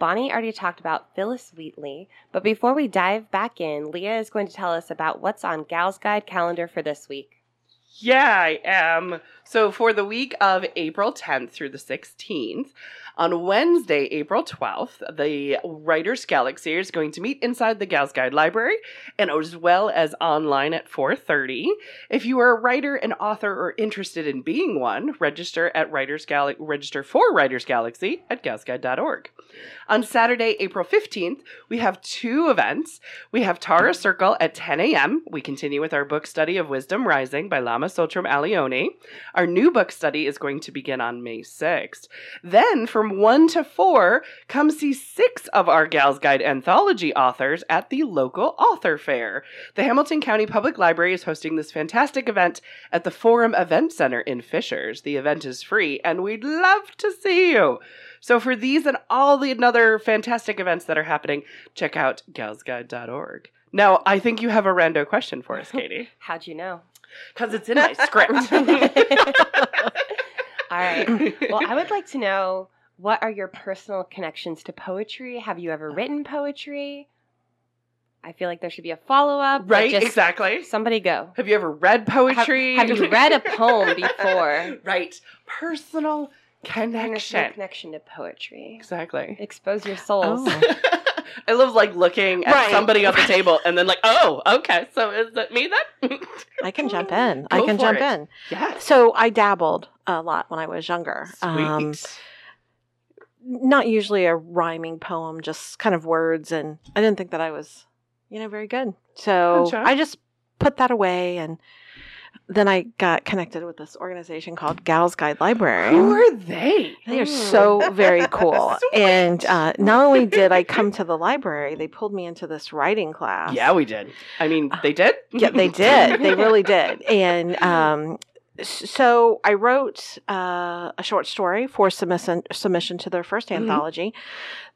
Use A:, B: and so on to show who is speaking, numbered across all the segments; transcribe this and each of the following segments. A: Bonnie already talked about Phyllis Wheatley, but before we dive back in, Leah is going to tell us about what's on Gal's Guide calendar for this week.
B: Yeah, I am. So for the week of April 10th through the 16th, on Wednesday, April 12th, the Writers Galaxy is going to meet inside the Gals Guide Library and as well as online at 4:30. If you are a writer, an author, or interested in being one, register at Writers Gal- register for Writers Galaxy at galsguide.org. On Saturday, April 15th, we have two events. We have Tara Circle at 10 a.m. We continue with our book study of Wisdom Rising by Lama Sotram Alione. Our new book study is going to begin on May 6th. Then, from 1 to 4, come see six of our Gals Guide anthology authors at the local author fair. The Hamilton County Public Library is hosting this fantastic event at the Forum Event Center in Fishers. The event is free, and we'd love to see you. So, for these and all the other fantastic events that are happening, check out galsguide.org. Now, I think you have a rando question for us, Katie,
A: How'd you know?
B: because it's in my script.
A: All right. Well, I would like to know what are your personal connections to poetry? Have you ever written poetry? I feel like there should be a follow up.
B: right, exactly.
A: Somebody go.
B: Have you ever read
A: Have-
B: poetry?
A: have you read a poem before?
B: right. Personal
A: Connection.
B: connection.
A: connection to poetry.
B: Exactly.
A: Expose your souls.
B: Oh.
C: Oh,
B: I love like looking at
C: Right.
B: somebody at the table and then like, oh, okay, so is it me then?
C: I can jump in.
B: Go
C: I can
B: for
C: jump
B: it.
C: in.
B: yes.
C: So I dabbled a lot when I was younger.
B: Sweet.
C: Um, not usually a rhyming poem, just kind of words. And I didn't think that I was, you know, very good. So
B: Good job.
C: I just put that away. And then I got connected with this organization called Gals Guide Library.
B: Um, Who are they?
C: They are so very cool.
B: Sweet.
C: and uh, not only did I come to the library, they pulled me into this writing class.
B: Yeah, we did. I mean, Uh, they did.
C: yeah, they did. They really did. And um, s- so I wrote uh, a short story for submission submission to their 1st
B: Mhm.
C: anthology.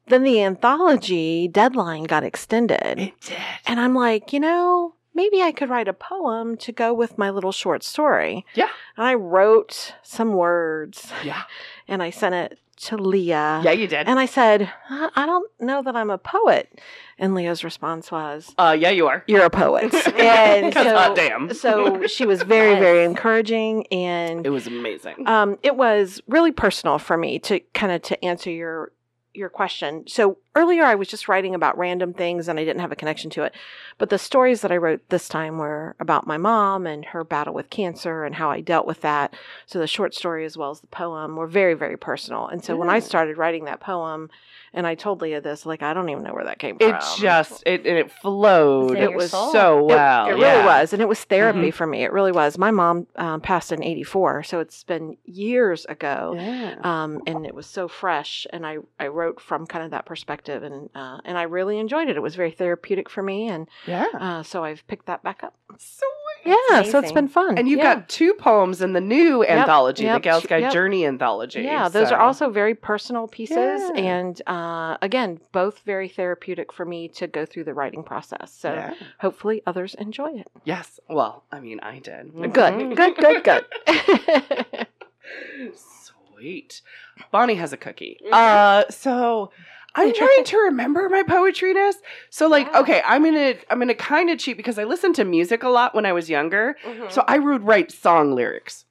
C: Then the anthology deadline got extended,
B: It did.
C: and I'm like, you know, maybe I could write a poem to go with my little short story.
B: Yeah.
C: And I wrote some words,
B: Yeah.
C: and I sent it to Leah.
B: Yeah, you did.
C: And I said, I I don't know that I'm a poet. And Leah's response was,
B: uh, yeah, you are.
C: You're a poet. and
B: 'Cause,
C: so,
B: uh, damn.
C: so she was very
A: Yes.
C: very encouraging and
B: it was amazing.
C: um, it was really personal for me to kind of to answer your your question so earlier i was just writing about random things and i didn't have a connection to it but the stories that i wrote this time were about my mom and her battle with cancer and how i dealt with that so the short story as well as the poem were very very personal and so when i
B: Mm.
C: started writing that poem and i told leah this like i don't even know where that came
B: it
C: from
B: just it and it flowed.
A: Is it
B: It
A: your
B: was
A: soul?
B: so
C: it-
B: well. yeah.
C: It,
B: Mm-hmm.
C: really was, and it was therapy for me. It really was. My mom um, passed in '84, so it's been years ago,
B: Yeah.
C: um, and it was so fresh. And I, I wrote from kind of that perspective, and uh, and I really enjoyed it. It was very therapeutic for me, and
B: yeah.
C: uh, so I've picked that back up.
B: Sweet.
C: Yeah, so it's
A: amazing.
C: been fun.
B: And you've
C: yeah.
B: got two poems in the new anthology, the
C: yep,
B: Gals Guide
C: yep.
B: Journey anthology.
C: Yeah, those
B: so-
C: are also very personal pieces,
B: Yeah.
C: and uh, again, both very therapeutic for me to go through the writing process. So
B: Yeah.
C: hopefully, others enjoy it. Mm-hmm.
B: Yes. Well, I mean, I did. Mm-hmm.
C: Good, good, good, good.
B: Sweet. Bonnie has a cookie.
A: Mm-hmm.
B: Uh, so I'm trying to remember my poetryness. So like,
A: Yeah.
B: okay, I'm gonna I'm gonna kind of cheat because I listened to music a lot when I was younger.
A: Mm-hmm.
B: So I would write song lyrics.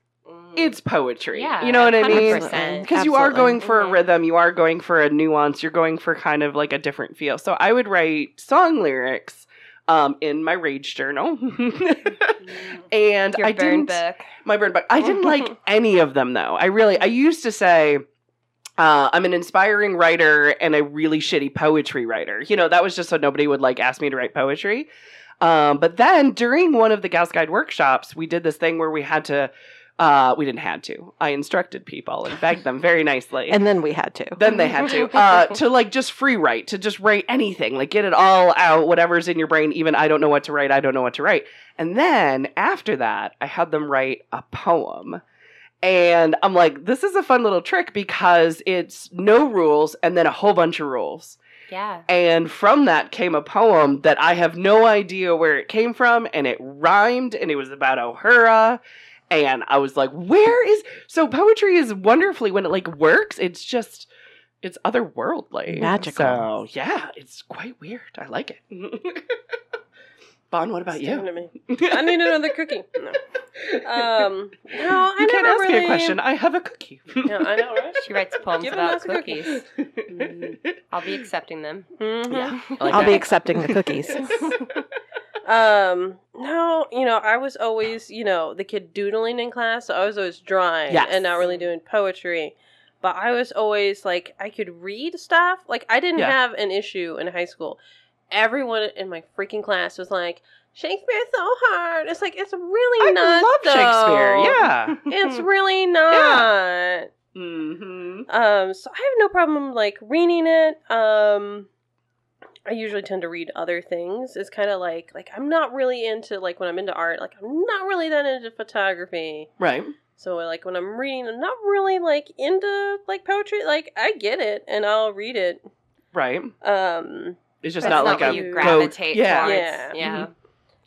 B: It's poetry.
A: Yeah,
B: you know what I mean?
A: 100%.
B: Because you are
C: Absolutely.
B: going for a
A: Mhm.
B: rhythm, you are going for a nuance, you're going for kind of like a different feel. So I would write song lyrics um, in my rage journal,
A: Mm-hmm.
B: and
A: your
B: I didn't
A: burn book.
B: my burn book. I didn't like any of them though. I really I used to say uh, I'm an inspiring writer and a really shitty poetry writer. You know, that was just so nobody would like ask me to write poetry. Um, but then during one of the Gauss Guide workshops, we did this thing where we had to Uh, we didn't had to. I instructed people and begged them very nicely.
C: And then we had to.
B: then they had to uh, to like just free write to just write anything like get it all out whatever's in your brain even i don't know what to write i don't know what to write and then after that i had them write a poem and i'm like this is a fun little trick because it's no rules and then a whole bunch of rules
A: Yeah.
B: and from that came a poem that I have no idea where it came from, and it rhymed, and it was about O'Hara. And I was like, where is. So poetry is wonderfully when it like works, it's just. It's otherworldly.
C: Magical.
B: So, yeah, it's quite weird. I like it. bon, what about you?
D: I need another cookie. No. Um, no, I
B: you can't
D: never
B: ask
D: really,
B: me a question. I have a cookie.
D: No, I know, right?
A: She writes poems
D: Give him
A: about
D: lots of cookies.
A: cookies. I'll be accepting them.
D: Mhm.
B: Like
C: I'll be
B: that.
C: accepting the cookies.
D: Um, no, you know, I was always, you know, the kid doodling in class. So I was always drawing
B: Yes.
D: and not really doing poetry. But I was always like, I could read stuff. Like, I didn't
B: Yeah.
D: have an issue in high school. Everyone in my freaking class was like, Shakespeare's so hard. It's like, it's really
B: I
D: not.
B: love Shakespeare.
D: though.
B: Yeah.
D: It's
A: Mm-hmm.
D: really not.
B: mm-hmm.
D: Um, so I have no problem like reading it. Um, I usually tend to read other things. It's kind of like like I'm not really into like when I'm into art, like I'm not really that into photography.
B: Right.
D: So like when I'm reading, I'm not really like into like poetry. Like I get it and I'll read it.
B: Right.
D: Um,
B: It's
A: It's
B: just not,
D: That's not
B: like
D: what
B: a
D: you
B: go-
A: gravitate
B: yeah.
A: towards.
D: Yeah.
A: Yeah. Mm-hmm.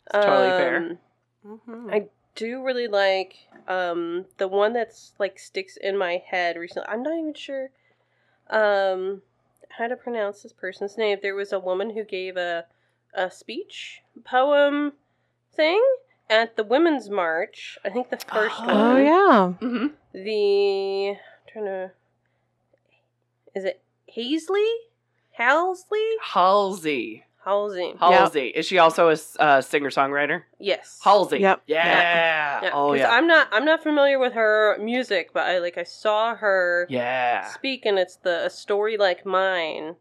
B: It's totally fair.
D: um,
B: Mm-hmm.
C: Mhm.
D: I do really like um the one that's like sticks in my head recently. I'm not even sure um how to pronounce this person's name. There was a woman who gave a a speech poem thing at the women's march. I think the first
B: Oh,
D: one.
C: Oh yeah.
B: hmm
D: The I'm trying to is it Hazley? Halsley?
B: Halsey.
D: Halsey.
B: Halsey. Is she also a s- uh, singer songwriter?
D: yes.
B: Halsey.
C: Yep.
B: Yeah.
D: Yeah,
B: Oh
D: 'cause
B: yeah.
D: I'm not I'm not familiar with her music, but I like I saw her
B: yeah.
D: speak, and it's the a story like mine.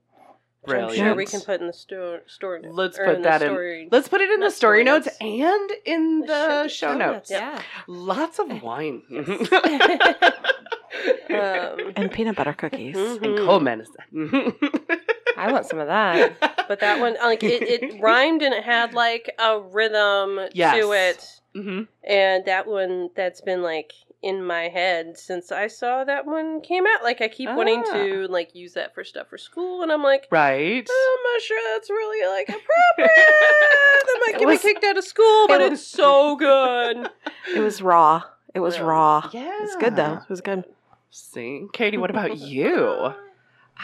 D: Which I'm sure we
B: Brilliant.
D: can put in the sto- store.
B: Let's
D: or
B: put
D: the
B: that in-
D: story.
B: Let's put it in the
D: Not
B: story
D: story
B: notes
D: notes.
B: and in
D: The
B: the
D: show-
B: show
D: show
B: notes.
D: notes,
A: Yeah.
B: Lots of wine.
D: Um,
C: And peanut butter cookies.
B: and
D: mhm.
B: cold medicine.
A: I want some of that.
D: But that one, like it, it rhymed and it had like a rhythm to
B: Yes.
D: it,
B: hmm
D: and that one that's been like in my head since I saw that one came out. Like I keep wanting
B: Ah.
D: to like use that for stuff for school, and I'm like, "Oh,
B: Right.
D: I'm not sure that's really like appropriate. I might get me
C: was-
D: kicked out of school, but
C: it
D: it's so good.
C: It was raw. It was
D: Yeah.
C: raw.
B: Yeah.
C: It was Ah, good though. It was good.
B: See, Katie, what about you?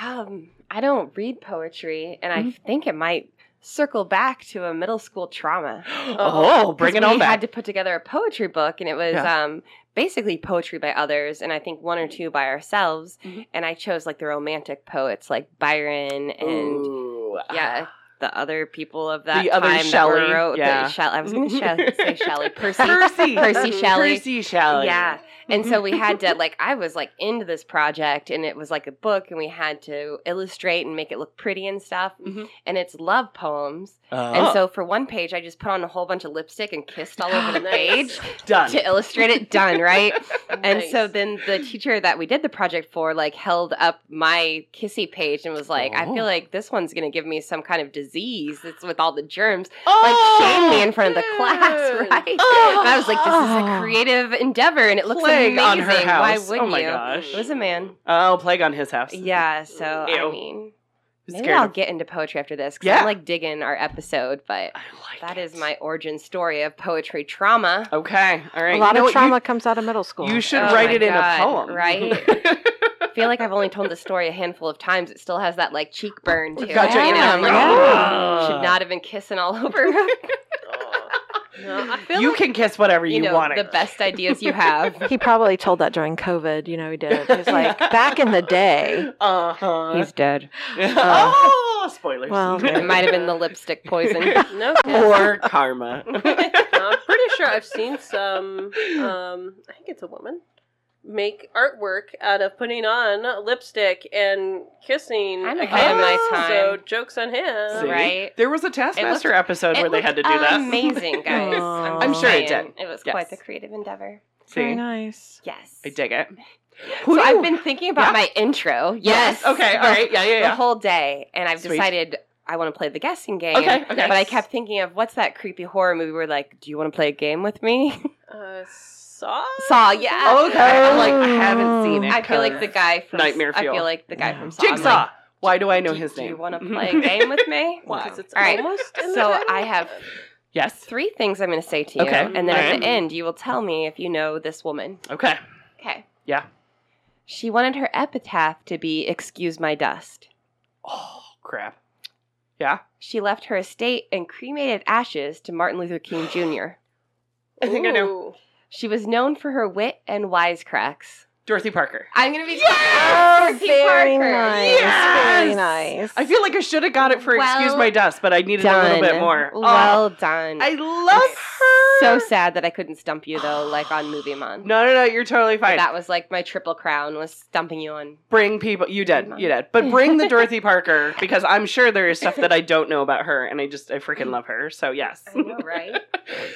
A: Um, I don't read poetry, and I
B: Mm-hmm.
A: think it might circle back to a middle school trauma.
B: oh, bring
A: 'Cause
B: it on
A: We had
B: back.
A: to put together a poetry book, and it was
B: Yeah.
A: um, basically poetry by others, and I think one or two by ourselves.
B: Mhm.
A: And I chose like the romantic poets, like Byron and
B: Ooh. Ah.
A: yeah, the other people of that
B: The other
A: time that
B: Shelley,
A: were wrote.
B: yeah.
A: The Shell- I was going to say Shelley Percy.
B: Percy.
A: Percy Shelley.
B: Percy Shelley.
A: Yeah. And so we had to like I was like into this project and it was like a book and we had to illustrate and make it look pretty and stuff.
B: Mhm.
A: And it's love poems.
B: Uh,
A: And so for one page I just put on a whole bunch of lipstick and kissed all over the
D: Nice.
A: page
B: done.
A: to illustrate it done, right? And
D: Nice.
A: so then the teacher that we did the project for like held up my kissy page and was like, I
B: Oh.
A: feel like this one's gonna give me some kind of disease that's with all the germs. Like
B: Oh,
A: shame me in front of the class,
D: dude.
A: right? and I was like, this is
C: Oh.
A: a creative endeavor and it looks
B: plague
A: amazing.
B: on her house.
A: Why wouldn't
B: oh my
A: you?
B: gosh.
A: It was a man.
B: Oh, plague on his house.
A: Yeah, so
B: Ew.
A: I mean
B: Who's
A: maybe
B: scared
A: I'll
B: of-
A: get into poetry after this because
B: Yeah.
A: I'm like digging our episode, but
B: I like
A: that
B: it.
A: is my origin story of poetry trauma.
B: Okay. All right.
C: A
B: You
C: lot
B: know what?
C: of
B: You-
C: trauma comes out of middle school.
B: You, should
A: Oh
B: write
A: my
B: it in a
A: God,
B: poem.
A: right? I feel like I've only told this story a handful of times. It still has that like cheekburn to
B: Gotcha.
A: it. You know, I'm like,
B: Yeah.
A: "Ooh, should not have been kissing all over.
D: No, I feel
B: you
D: like
B: can kiss whatever you,
A: you know,
B: want.
A: the best ideas you have.
C: he probably told that during COVID. You know, he did. He's like back in the day.
B: Uh huh.
A: He's dead.
B: oh, spoilers.
C: Well,
A: It might have been the lipstick poison.
D: no.
B: or karma.
D: I'm pretty sure I've seen some. Um, I think it's a woman make artwork out of putting on lipstick and kissing.
A: I'm
D: a
A: having
B: a nice
D: kid,
A: time.
D: So jokes on him.
B: See?
A: Right.
B: There was a Taskmaster
A: looked-
B: episode
A: It
B: where they had to
A: looked
B: do that.
A: Amazing, guys.
C: Aw.
A: just
B: I'm sure it
A: saying.
B: did.
A: It was
B: Yes.
A: quite the creative endeavor.
C: Very
B: See?
C: nice.
A: Yes.
B: I dig it.
A: So
B: Who
A: I've
B: knew?
A: been thinking about
B: Yeah.
A: my intro. Yes.
B: Okay.
A: The
B: All right. Yeah. Yeah.
A: the
B: Yeah.
A: whole day, and I've
B: Sweet.
A: decided I want to play the guessing game.
B: Okay, okay.
A: But I kept thinking of what's that creepy horror movie where like, do you want to play a game with me?
D: Uh, Saw?
A: Saw, yeah.
B: okay. I'm like I haven't seen it.
A: I feel like the
B: 'cause-
A: guy from
B: Nightmare
A: I
B: fuel.
A: feel like the guy from Saw. I'm
B: Jigsaw.
A: like,
B: Why do I know
A: do-
B: his
A: Do
B: name? Mm-hmm.
A: you want to play a game with me?
B: Wow.
D: Because it's
A: All right.
D: almost in the
A: So
D: title.
A: I have
B: yes.
A: three things I'm going to say to you,
B: Okay.
A: and then at
B: Alright.
A: the end, you will tell me if you know this woman.
B: Okay.
A: Okay.
B: Yeah.
A: She wanted her epitaph to be "Excuse my dust."
B: Oh crap.
A: She left her estate and cremated ashes to Martin Luther King Jr.
B: I think I know.
D: Ooh.
A: She was known for her wit and wisecracks.
B: Dorothy Parker.
A: I'm gonna be
C: Oh,
A: Dorothy
C: very
A: Parker.
C: nice. Very
B: Yes!
C: nice.
B: I feel like I should have got it for excuse
A: Well
B: my dust, but I needed a little bit more. Oh,
A: Well done.
B: I love her.
A: so sad that I couldn't stump you though, like on Movie Mon.
B: No, no, no. You're totally fine.
A: That was like my triple crown was stumping you on.
B: bring people. You did. You did. But bring the Dorothy Parker because I'm sure there is stuff that I don't know about her, and I just I freaking love her. So yes.
A: Mm. know, right?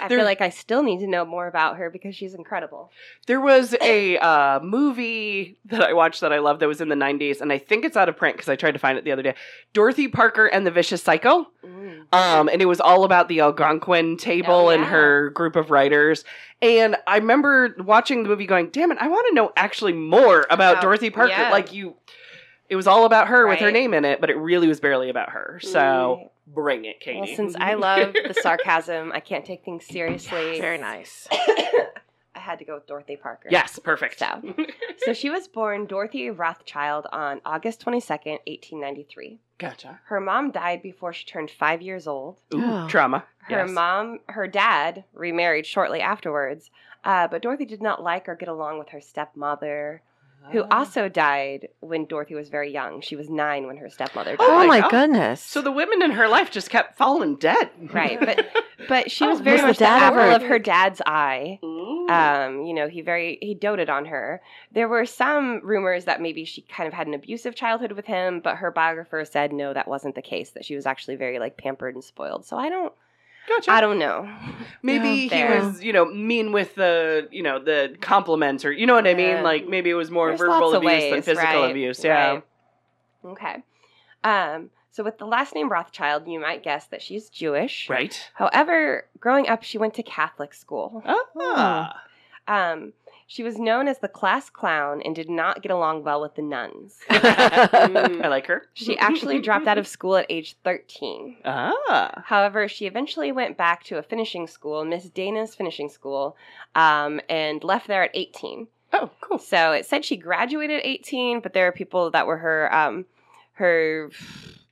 A: I
B: There-
A: feel like I still need to know more about her because she's incredible.
B: There was a uh, movie that I watched that I loved that was in the 90s, and I think it's out of print because I tried to find it the other day. Dorothy Parker and the Vicious Cycle.
A: Mm.
B: Um, and it was all about the Algonquin table
A: Oh,
B: and
A: yeah.
B: her group of writers. And I remember watching the movie going, damn it, I want to know actually more about
A: About-
B: Dorothy Parker.
A: yeah.
B: Like, you, it was all about her with her
A: Right.
B: name in it, but it really was barely about her. So
A: Right.
B: bring it, Katie.
A: Well, since I love the sarcasm, I can't take things seriously.
C: Very nice.
A: I had to go with Dorothy Parker.
B: Yes, perfect.
A: So, so she was born Dorothy Rothschild on August 22nd, 1893.
B: Gotcha.
A: Her mom died before she turned five years old.
B: Ooh,
C: Oh.
B: trauma.
A: Her
B: yes.
A: mom, her dad remarried shortly afterwards, uh, but Dorothy did not like or get along with her stepmother, who
B: Oh.
A: also died when Dorothy was very young. She was nine when her stepmother died.
C: Oh,
B: my
C: my
B: God.
C: goodness.
B: So the women in her life just kept falling dead.
A: Right, but but she was
C: Oh,
A: very
C: was the
A: much the,
C: dad
A: apple
C: ever-
A: of her dad's eye.
B: Ooh.
A: Um, you know, he very he doted on her. There were some rumors that maybe she kind of had an abusive childhood with him, but her biographer said no, that wasn't the case. That she was actually very like pampered and spoiled. So I don't,
B: gotcha.
A: I don't know.
B: maybe
A: Yeah.
B: he
A: There.
B: was, you know, mean with the, you know, the compliments or you know what I mean.
A: Yeah.
B: Like maybe it was more
A: There's
B: verbal
A: lots of
B: abuse than
A: ways,
B: physical
A: right,
B: abuse. Yeah.
A: right. Okay. Um, so with the last name Rothschild, you might guess that she's Jewish.
B: Right.
A: However, growing up, she went to Catholic school.
B: Ah.
A: Um, she was known as the class clown and did not get along well with the nuns.
B: I like her.
A: Mm. She actually dropped out of school at age 13.
B: Ah.
A: However, she eventually went back to a finishing school, Miss Dana's finishing school, um, and left there at 18.
B: Oh, cool.
A: So it said she graduated at 18, but there are people that were her um, her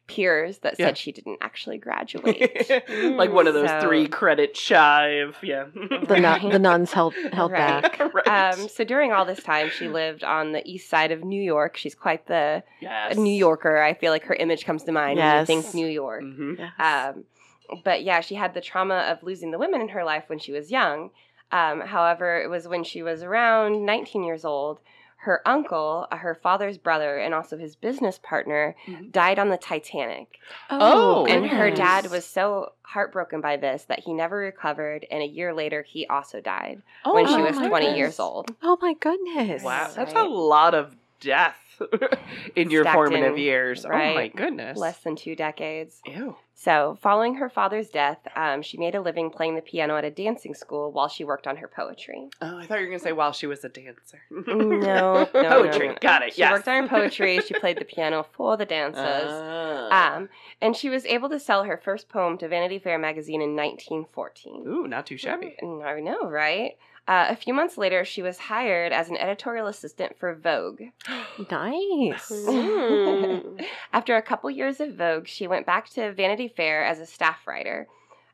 A: peers that said
B: Yeah.
A: she didn't actually graduate.
B: like one of those
A: So-
B: three credit shive. Yeah.
C: the, nun- the nuns held held
A: Right.
C: back.
B: right.
A: um, so during all this time, she lived on the east side of New York. She's quite the
B: yes.
A: New Yorker. I feel like her image comes to mind when you
C: Yes.
A: think New York.
B: hmm
A: Um, but yeah, she had the trauma of losing the women in her life when she was young. Um, however, it was when she was around 19 years old, her uncle, uh, her father's brother, and also his business partner
B: Mhm.
C: Mm-hmm.
A: died on the Titanic.
B: Oh,
A: and her
B: goodness.
A: dad was so heartbroken by this that he never recovered. And a year later, he also died
B: Oh,
A: when she
C: my
A: was 20
C: goodness.
A: years old.
C: Oh my goodness.
B: Wow, that's
A: Right.
B: a lot of death in your
A: Stacked
B: formative
A: in,
B: years. Oh my
A: right.
B: goodness.
A: Less than two decades.
B: Ew.
A: So, following her father's death, um, she made a living playing the piano at a dancing school while she worked on her poetry.
B: Oh, I thought you were gonna say while she was a dancer.
A: no, no,
B: poetry.
A: no, no.
B: Got it.
A: She
B: yes.
A: worked on her poetry. She played the piano for the dances.
B: Ah.
A: Um, and she was able to sell her first poem to Vanity Fair magazine in 1914.
B: Ooh, not too shabby.
A: Mm, I know, right? Uh, a few months later, she was hired as an editorial assistant for Vogue.
C: Nice.
B: Hmm.
D: Mm.
A: After a couple years of Vogue, she went back to Vanity Fair as a staff writer.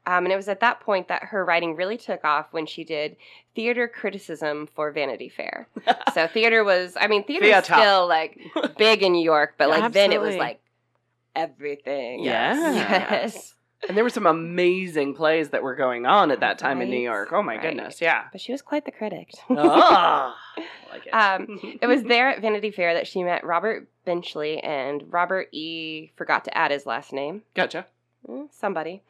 A: Um, and it was at that point that her writing really took off when she did theater criticism for Vanity Fair. so theater was, I mean, theater is
B: Theater.
A: still like big in New York, but like then it was
C: Absolutely.
A: like everything.
B: Yeah.
A: Yes.
B: And there were some amazing plays that were going on at that time in New
A: Right,
B: York. Oh my
A: right.
B: goodness, yeah.
A: But she was quite the critic.
B: Ah, I like it.
A: Um, It was there at Vanity Fair that she met Robert Benchley and Robert E. forgot to add his last name.
B: gotcha.
A: Mm, somebody.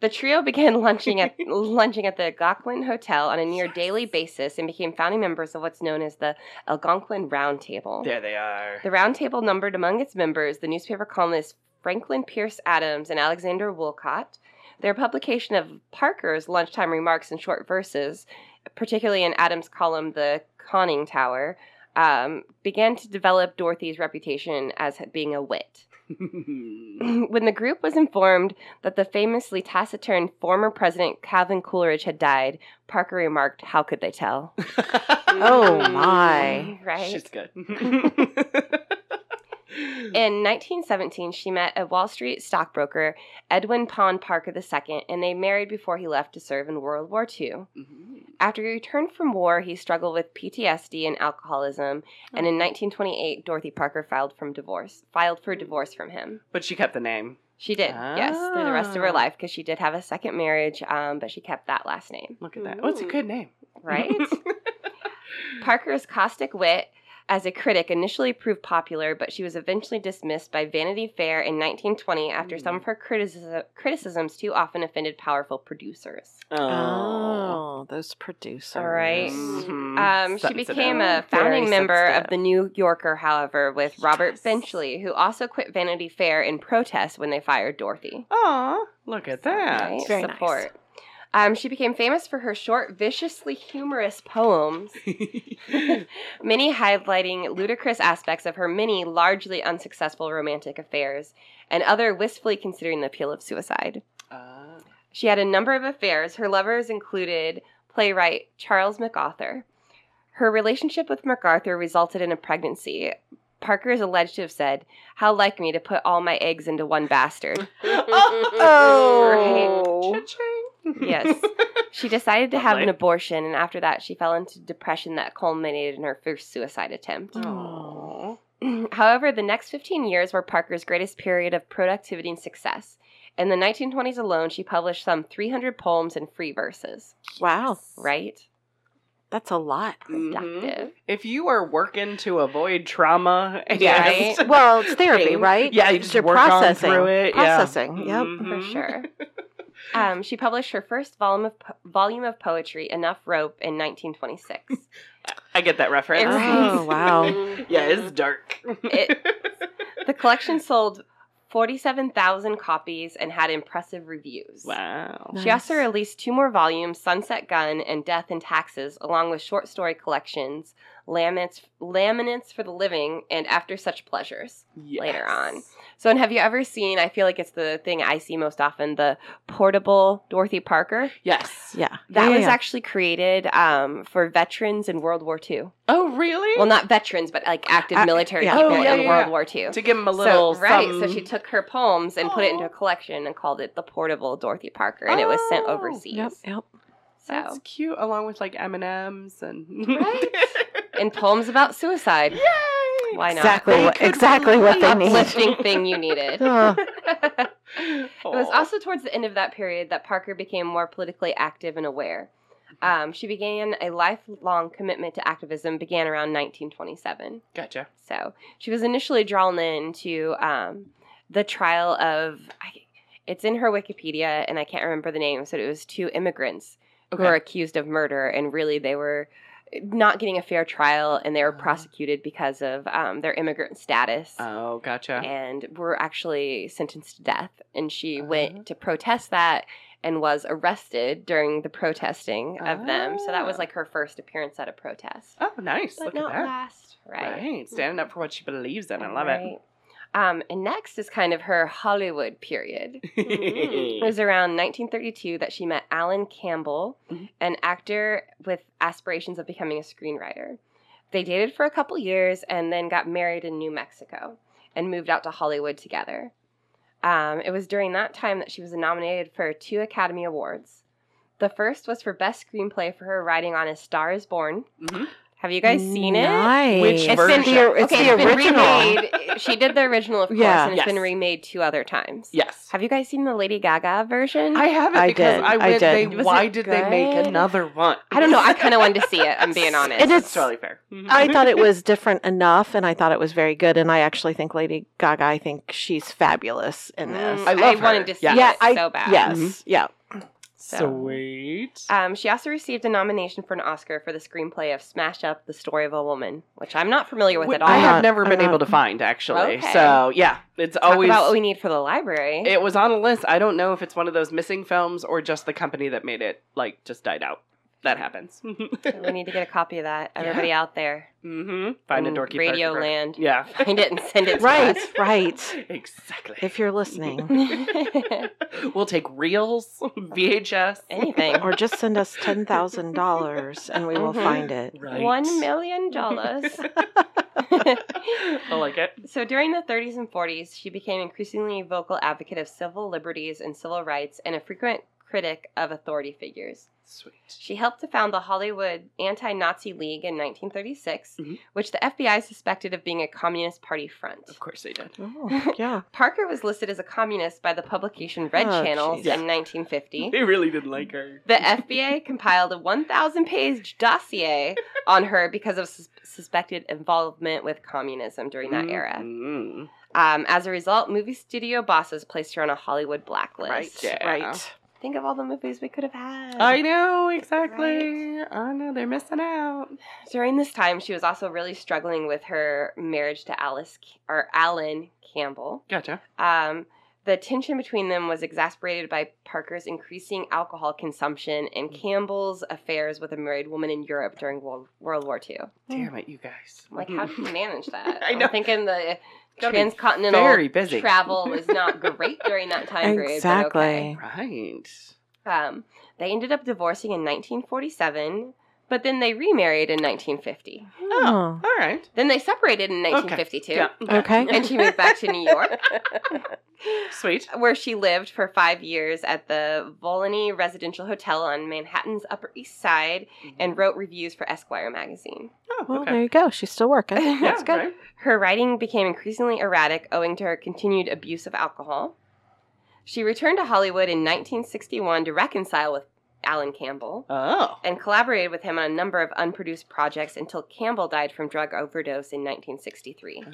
A: The trio began lunching at lunching at the Algonquin Hotel on a near daily basis and became founding members of what's known as the Algonquin Round Table.
B: There they are.
A: The Round Table numbered among its members the newspaper columnists Franklin Pierce Adams and Alexander Wolcott. Their publication of Parker's lunchtime remarks and short verses, particularly in Adams' column The Conning Tower, um, began to develop Dorothy's reputation as being a wit. when the group was informed that the famously taciturn former president Calvin Coolidge had died, Parker remarked, How could they tell?
C: Oh my.
A: Right?
B: She's good.
A: In 1917, she met a Wall Street stockbroker, Edwin Pond Parker II, and they married before he left to serve in World War II.
B: Mhm.
A: After he returned from war, he struggled with PTSD and alcoholism, and in 1928, Dorothy Parker filed from divorce, filed for divorce from him.
B: But she kept the name.
A: She did, yes, through the rest of
B: Ah.
A: her life, because she did have a second marriage, um, but she kept that last name,
B: Look at that. What's a good name?
A: right? Parker's caustic wit as a critic initially proved popular, but she was eventually dismissed by Vanity Fair in 1920 after some of
B: Mm.
A: her criticism, criticisms too often offended powerful producers.
C: Oh, those producers.
A: All right.
B: Mhm.
A: Um, she
B: Sensitive.
A: became
B: Very
A: a founding member of
B: sensitive.
A: the New Yorker, however, with Robert
B: Yes.
A: Benchley, who also quit Vanity Fair in protest when they fired Dorothy.
B: Aw, look at that.
A: Right?
C: Very nice.
A: Support. Um, she became famous for her short, viciously humorous poems, many highlighting ludicrous aspects of her many largely unsuccessful romantic affairs, and other wistfully considering the appeal of suicide.
B: Ah.
A: She had a number of affairs. Her lovers included playwright Charles MacArthur. Her relationship with MacArthur resulted in a pregnancy. Parker is alleged to have said, How like me to put all my eggs into one bastard.
C: Oh.
B: Cha-ching.
A: Yes. She decided to have an
B: Lovely.
A: abortion, and after that, she fell into depression that culminated in her first suicide attempt.
B: Oh. Aw.
A: However, the next 15 years were Parker's greatest period of productivity and success. In the 1920s alone, she published some 300 poems and free verses,
C: Wow.
A: right?
C: That's a lot.
B: Mhm.
A: Productive.
B: If you are working to avoid trauma, and
A: Right.
C: Well, it's therapy, right?
B: Yeah, you just
C: You're
B: work
C: processing.
B: on through it. yeah.
C: Processing. Yep.
A: for
B: Mhm.
A: sure. um, she published her first volume of po- volume of poetry, Enough Rope, in 1926.
B: I get that reference.
A: It
C: Oh, wow.
D: Mm.
B: yeah, it's dark.
A: It- the collection sold 47,000 copies and had impressive reviews.
B: wow.
A: She also
C: Nice.
A: released two more volumes, Sunset Gun and Death and Taxes, along with short story collections, Laminates, Laminates for the Living, and After Such Pleasures. Later on. So, and have you ever seen? I feel like it's the thing I see most often the portable Dorothy Parker.
B: Yes.
C: Yeah.
A: That
C: Yeah, yeah,
A: was
C: yeah.
A: actually created um, for veterans in World War II.
B: Oh, really?
A: Well, not veterans, but like active
C: Uh,
A: military
C: yeah.
A: people
B: Oh, yeah,
A: in
B: yeah,
A: World
B: yeah.
A: War II.
B: to give him a little
A: so, right. So
B: some-
A: she took her poems and put it into
B: Aw.
A: a collection and called it the Portable Dorothy Parker, and it was sent
B: Oh,
A: overseas.
C: Yep. Yep.
B: That's
A: So,
B: cute, along with like M and M's and
A: and poems about suicide.
B: Yay!
A: Why not?
C: Exactly.
B: They
C: What,
B: could
C: exactly what they need. Ah.
A: Uplifting thing you needed.
C: Ugh.
B: Oh,
A: It was also towards the end of that period that Parker became more politically active and aware. Um, she began a lifelong commitment to activism, began around 1927.
B: gotcha.
A: So she was initially drawn into um, the trial of, I, it's in her Wikipedia, and I can't remember the name, so it was two immigrants who were accused of murder, and really they were not getting a fair trial, and they were
B: Uh-huh.
A: prosecuted because of um, their immigrant status
B: Oh, gotcha.
A: and were actually sentenced to death. And she
B: Uh-huh.
A: went to protest that and was arrested during the protesting of them. So that was
B: Ah.
A: like her first appearance at a protest.
B: oh, nice.
A: But
B: Look
A: not
B: at that.
A: last, right? Mm-hmm.
B: Standing up for what she believes in. I love
A: Right. Um, and next is kind of her Hollywood period. It
B: it.
A: was around 1932 that she met Alan Campbell,
C: Mm-hmm.
B: Mhm.
A: an actor with aspirations of becoming a screenwriter. They dated for a couple years and then got married in New Mexico and moved out to Hollywood together. Um, it was during that time that she was nominated for two Academy Awards. The first was for Best Screenplay for her writing on A Star is Born,
B: Mhm.
A: Have you guys seen it?
C: Nice.
B: Which
A: It's
B: version?
A: been
C: The- it's
A: okay,
C: the
A: it's been
C: original.
A: remade. She did the original, of course,
C: Yeah.
A: and it's been
B: Yes.
A: remade two other times.
B: Yes.
A: Have you guys seen the Lady Gaga version?
B: I haven't
C: I
B: because
C: did,
B: I
C: I
B: went.
C: did.
B: They,
A: Was it
B: why did they make
A: good?
B: another one?
A: I don't know. I kind of wanted to see it. I'm being honest.
C: It
B: That's
C: is-
B: totally fair. Mm-hmm.
C: I thought it was different enough, and I thought it was very good. And I actually think Lady Gaga. I think she's fabulous in this. Mm-hmm.
A: Mm,
B: I love her.
A: wanted to see
B: Yeah.
A: it
C: Yeah, I-
A: so bad.
C: Yes, yeah.
A: So-
B: Sweet.
A: Um, she also received a nomination for an Oscar for the screenplay of Smash Up: The Story of a Woman, which I'm not familiar with
B: Wh-
A: at all.
B: I
C: I'm
B: have
C: not-
B: never
C: Uh, I'm
B: been
C: not-
B: able to find actually.
A: Okay.
B: So yeah, it's
A: Talk
B: always
A: about what we need for the library.
B: it was on a list. I don't know if it's one of those missing films or just the company that made it like just died out. That happens.
A: we need to get a copy of that.
B: Yeah.
A: Everybody out there,
B: mm-hmm. Find a
A: Mm,
B: dorky
A: Radio
B: park-
A: Land.
B: Yeah.
A: find it and send it to
C: Right,
A: us.
C: right.
B: Exactly.
C: If you're listening,
B: we'll take reels, VHS,
A: Anything.
C: or just send us ten thousand dollars, and we will
A: Mhm.
C: find it.
B: Right.
A: One million dollars.
B: I like it.
A: So during the 30s and 40s, she became increasingly a vocal advocate of civil liberties and civil rights and a frequent critic of authority figures.
B: Sweet.
A: She helped to found the Hollywood Anti Nazi League in 1936,
C: Mm-hmm.
B: Mhm.
A: which the FBI suspected of being a Communist Party front.
B: Of course they did.
C: Oh, yeah.
A: Parker was listed as a communist by the publication Red
C: Oh,
A: Channels
C: jeez.
A: in 1950.
B: They really didn't like her.
A: The FBI compiled a 1,000 page dossier on her because of sus- suspected involvement with communism during that
C: Mm.
A: era.
B: Mm-mm.
A: Um, as a result, movie studio bosses placed her on a Hollywood blacklist.
B: Right. Yeah.
C: Right.
A: Think of all the movies we could have had.
B: I know exactly. I know they're missing out.
A: During this time, she was also really struggling with her marriage to Alice C- or Alan Campbell.
B: Gotcha.
A: Um, the tension between them was exasperated by Parker's increasing alcohol consumption and
B: Mm.
A: Campbell's affairs with a married woman in Europe during World, World War II.
C: Oh.
B: Damn it, you guys.
A: Like, how did you manage that?
B: Mm-hmm. I know.
A: am thinking the
B: Gotta be
A: transcontinental
B: Very busy.
A: travel was not great during that time period. but
C: Exactly.
A: okay.
B: Right.
A: Um, they ended up divorcing in 1947, but then they remarried in 1950.
C: Oh,
B: All right.
A: Then they separated in 1952,
B: Oh, Yeah.
C: okay.
A: and she moved back to New York,
B: Sweet.
A: where she lived for five years at the Volney Residential Hotel on Manhattan's Upper East Side and wrote reviews for Esquire magazine.
B: Oh,
C: Well,
B: okay.
C: there you go. She's still working.
B: Yeah,
A: That's good.
B: right?
A: Her writing became increasingly erratic owing to her continued abuse of alcohol. She returned to Hollywood in 1961 to reconcile with Alan Campbell.
B: Oh.
A: and collaborated with him on a number of unproduced projects until Campbell died from drug overdose in 1963.
B: Oh.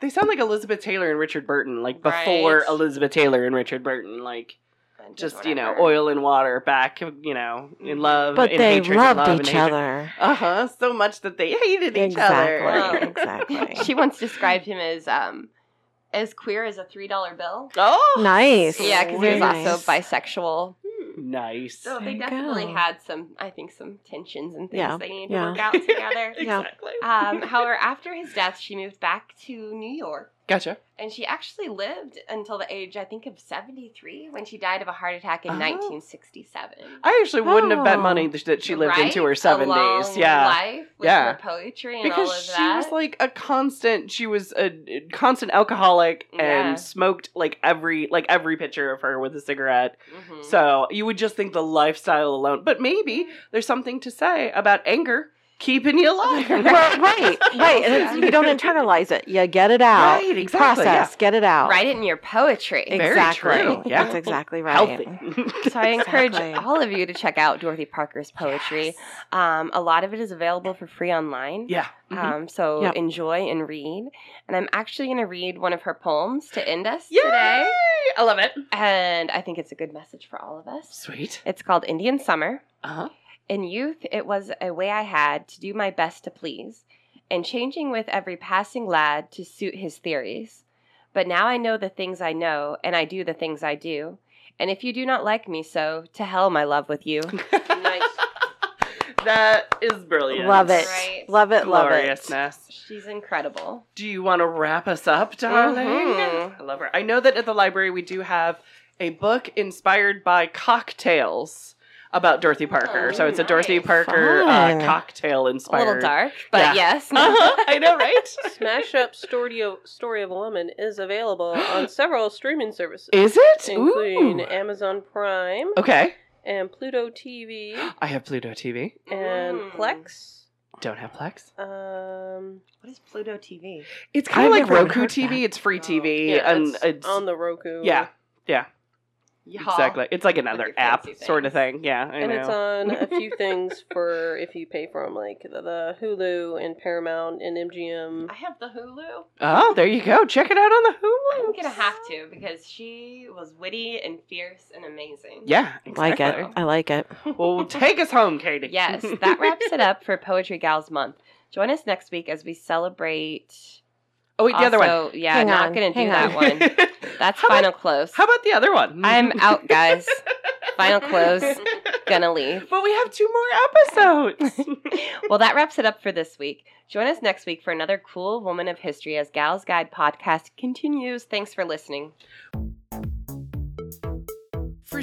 B: They sound like Elizabeth Taylor and Richard Burton, like before
A: Right.
B: Elizabeth Taylor and Richard Burton, like
A: And
B: just, you know,
A: whatever.
B: oil and water, back, you know,
A: Mm-hmm.
B: in love.
C: But
B: in
C: they
B: hatred, in
C: loved
B: love,
C: each
B: in hatred.
C: other.
B: Uh huh. So much that they hated each other.
C: Exactly.
A: Wow.
C: Exactly.
A: Oh. She once described him as um, as queer as a three dollar bill.
B: Oh.
C: Nice.
A: Yeah, because he
C: Very
A: was also
C: nice.
A: bisexual.
B: Nice.
A: So
C: There
A: they
C: you
A: definitely
C: go.
A: had some, I think, some tensions and things
C: Yeah,
A: they needed
C: yeah.
A: to work out together.
C: Yeah.
B: exactly.
A: um, however, after his death, she moved back to New York.
B: Gotcha.
A: And she actually lived until the age, I think, of 73 when she died of a heart attack in
B: Oh.
A: 1967.
B: I actually wouldn't have bet
C: Oh.
B: money th- that she lived into her
A: Right? A long
B: seventies. Yeah.
A: life with
B: Yeah.
A: her poetry and all
B: because
A: of
B: she
A: that.
B: was like a constant she was a a constant alcoholic
A: Yeah.
B: and smoked like every like every picture of her with a cigarette
A: Mhm.
B: so you would just think the lifestyle alone but maybe there's something to say about anger keeping you alive
C: well, right, right. And it's, you don't internalize it. You get it out.
B: Right,
C: You
B: exactly,
C: Process. Get it out.
A: write it in your poetry.
B: Very
C: Exactly.
B: true, yeah.
C: That's exactly right.
B: healthy
A: So I encourage
C: Exactly.
A: all of you to check out Dorothy Parker's poetry. Um, a lot of it is available for free online.
B: yeah Mhm.
A: Um, so
C: Yep.
A: enjoy and read. And I'm actually going to read one of her poems to end us
B: Yay!
A: today.
B: i love it
A: And I think it's a good message for all of us.
B: sweet
A: It's called Indian Summer.
B: uh-huh
A: In youth, it was a way I had to do my best to please, and changing with every passing lad to suit his theories. But now I know the things I know, and I do the things I do. And if you do not like me so, to hell my love with you.
D: Nice.
B: that is brilliant
C: Love it.
A: Right.
C: Love it. Love it.
B: gloriousness
A: She's incredible.
B: Do you want to wrap us up, darling?
A: Mhm.
B: I love her. I know that at the library we do have a book inspired by cocktails about Dorothy Parker.
A: Oh,
B: so it's a Dorothy
A: nice.
B: Parker uh,
C: Fun.
B: cocktail
A: A
B: inspired.
A: little dark, but
B: Yeah.
A: yes.
B: Uh-huh. I know, right?
D: Smash Up Story of, Story of a Woman is available on several streaming services,
B: Is it?
D: including
B: Ooh.
D: Amazon Prime
B: Okay.
D: and Pluto TV
B: I have Pluto TV.
D: and
A: Mm.
D: Plex
B: Don't have Plex.
D: Um,
A: What is Pluto TV?
B: It's kind of
C: I've
B: like
C: never
B: Roku
C: heard
B: TV.
C: that.
B: It's free
A: Oh.
B: TV,
D: yeah,
B: and
D: it's,
B: it's,
D: on the Roku.
B: yeah,
A: Yeehaw.
B: exactly. It's like another
A: your
B: app
A: fancy
B: sort of thing. Yeah, I
D: and
B: know.
D: it's on a few things for if you pay for them, like the, the Hulu and Paramount and MGM.
E: I have the Hulu.
B: oh, there you go. Check it out on the Hulu.
E: I'm gonna have to because she was witty and fierce and amazing.
B: Yeah,
C: Like
B: exactly.
C: it. I like it.
B: Well, take us home, Katie.
A: Yes, that wraps it up for Poetry Gals Month. Join us next week as we celebrate.
B: oh wait, the other one.
A: also- Yeah,
C: Hang
A: not
C: on,
A: gonna do
C: hang
A: that
C: on.
A: one. That's
B: how
A: final
B: About,
A: close.
B: how about the other one?
A: I'm out, guys. Final close. Gonna leave.
B: But we have two more episodes.
A: Well, that wraps it up for this week. Join us next week for another cool woman of history as Gals Guide podcast continues. Thanks for listening.
F: For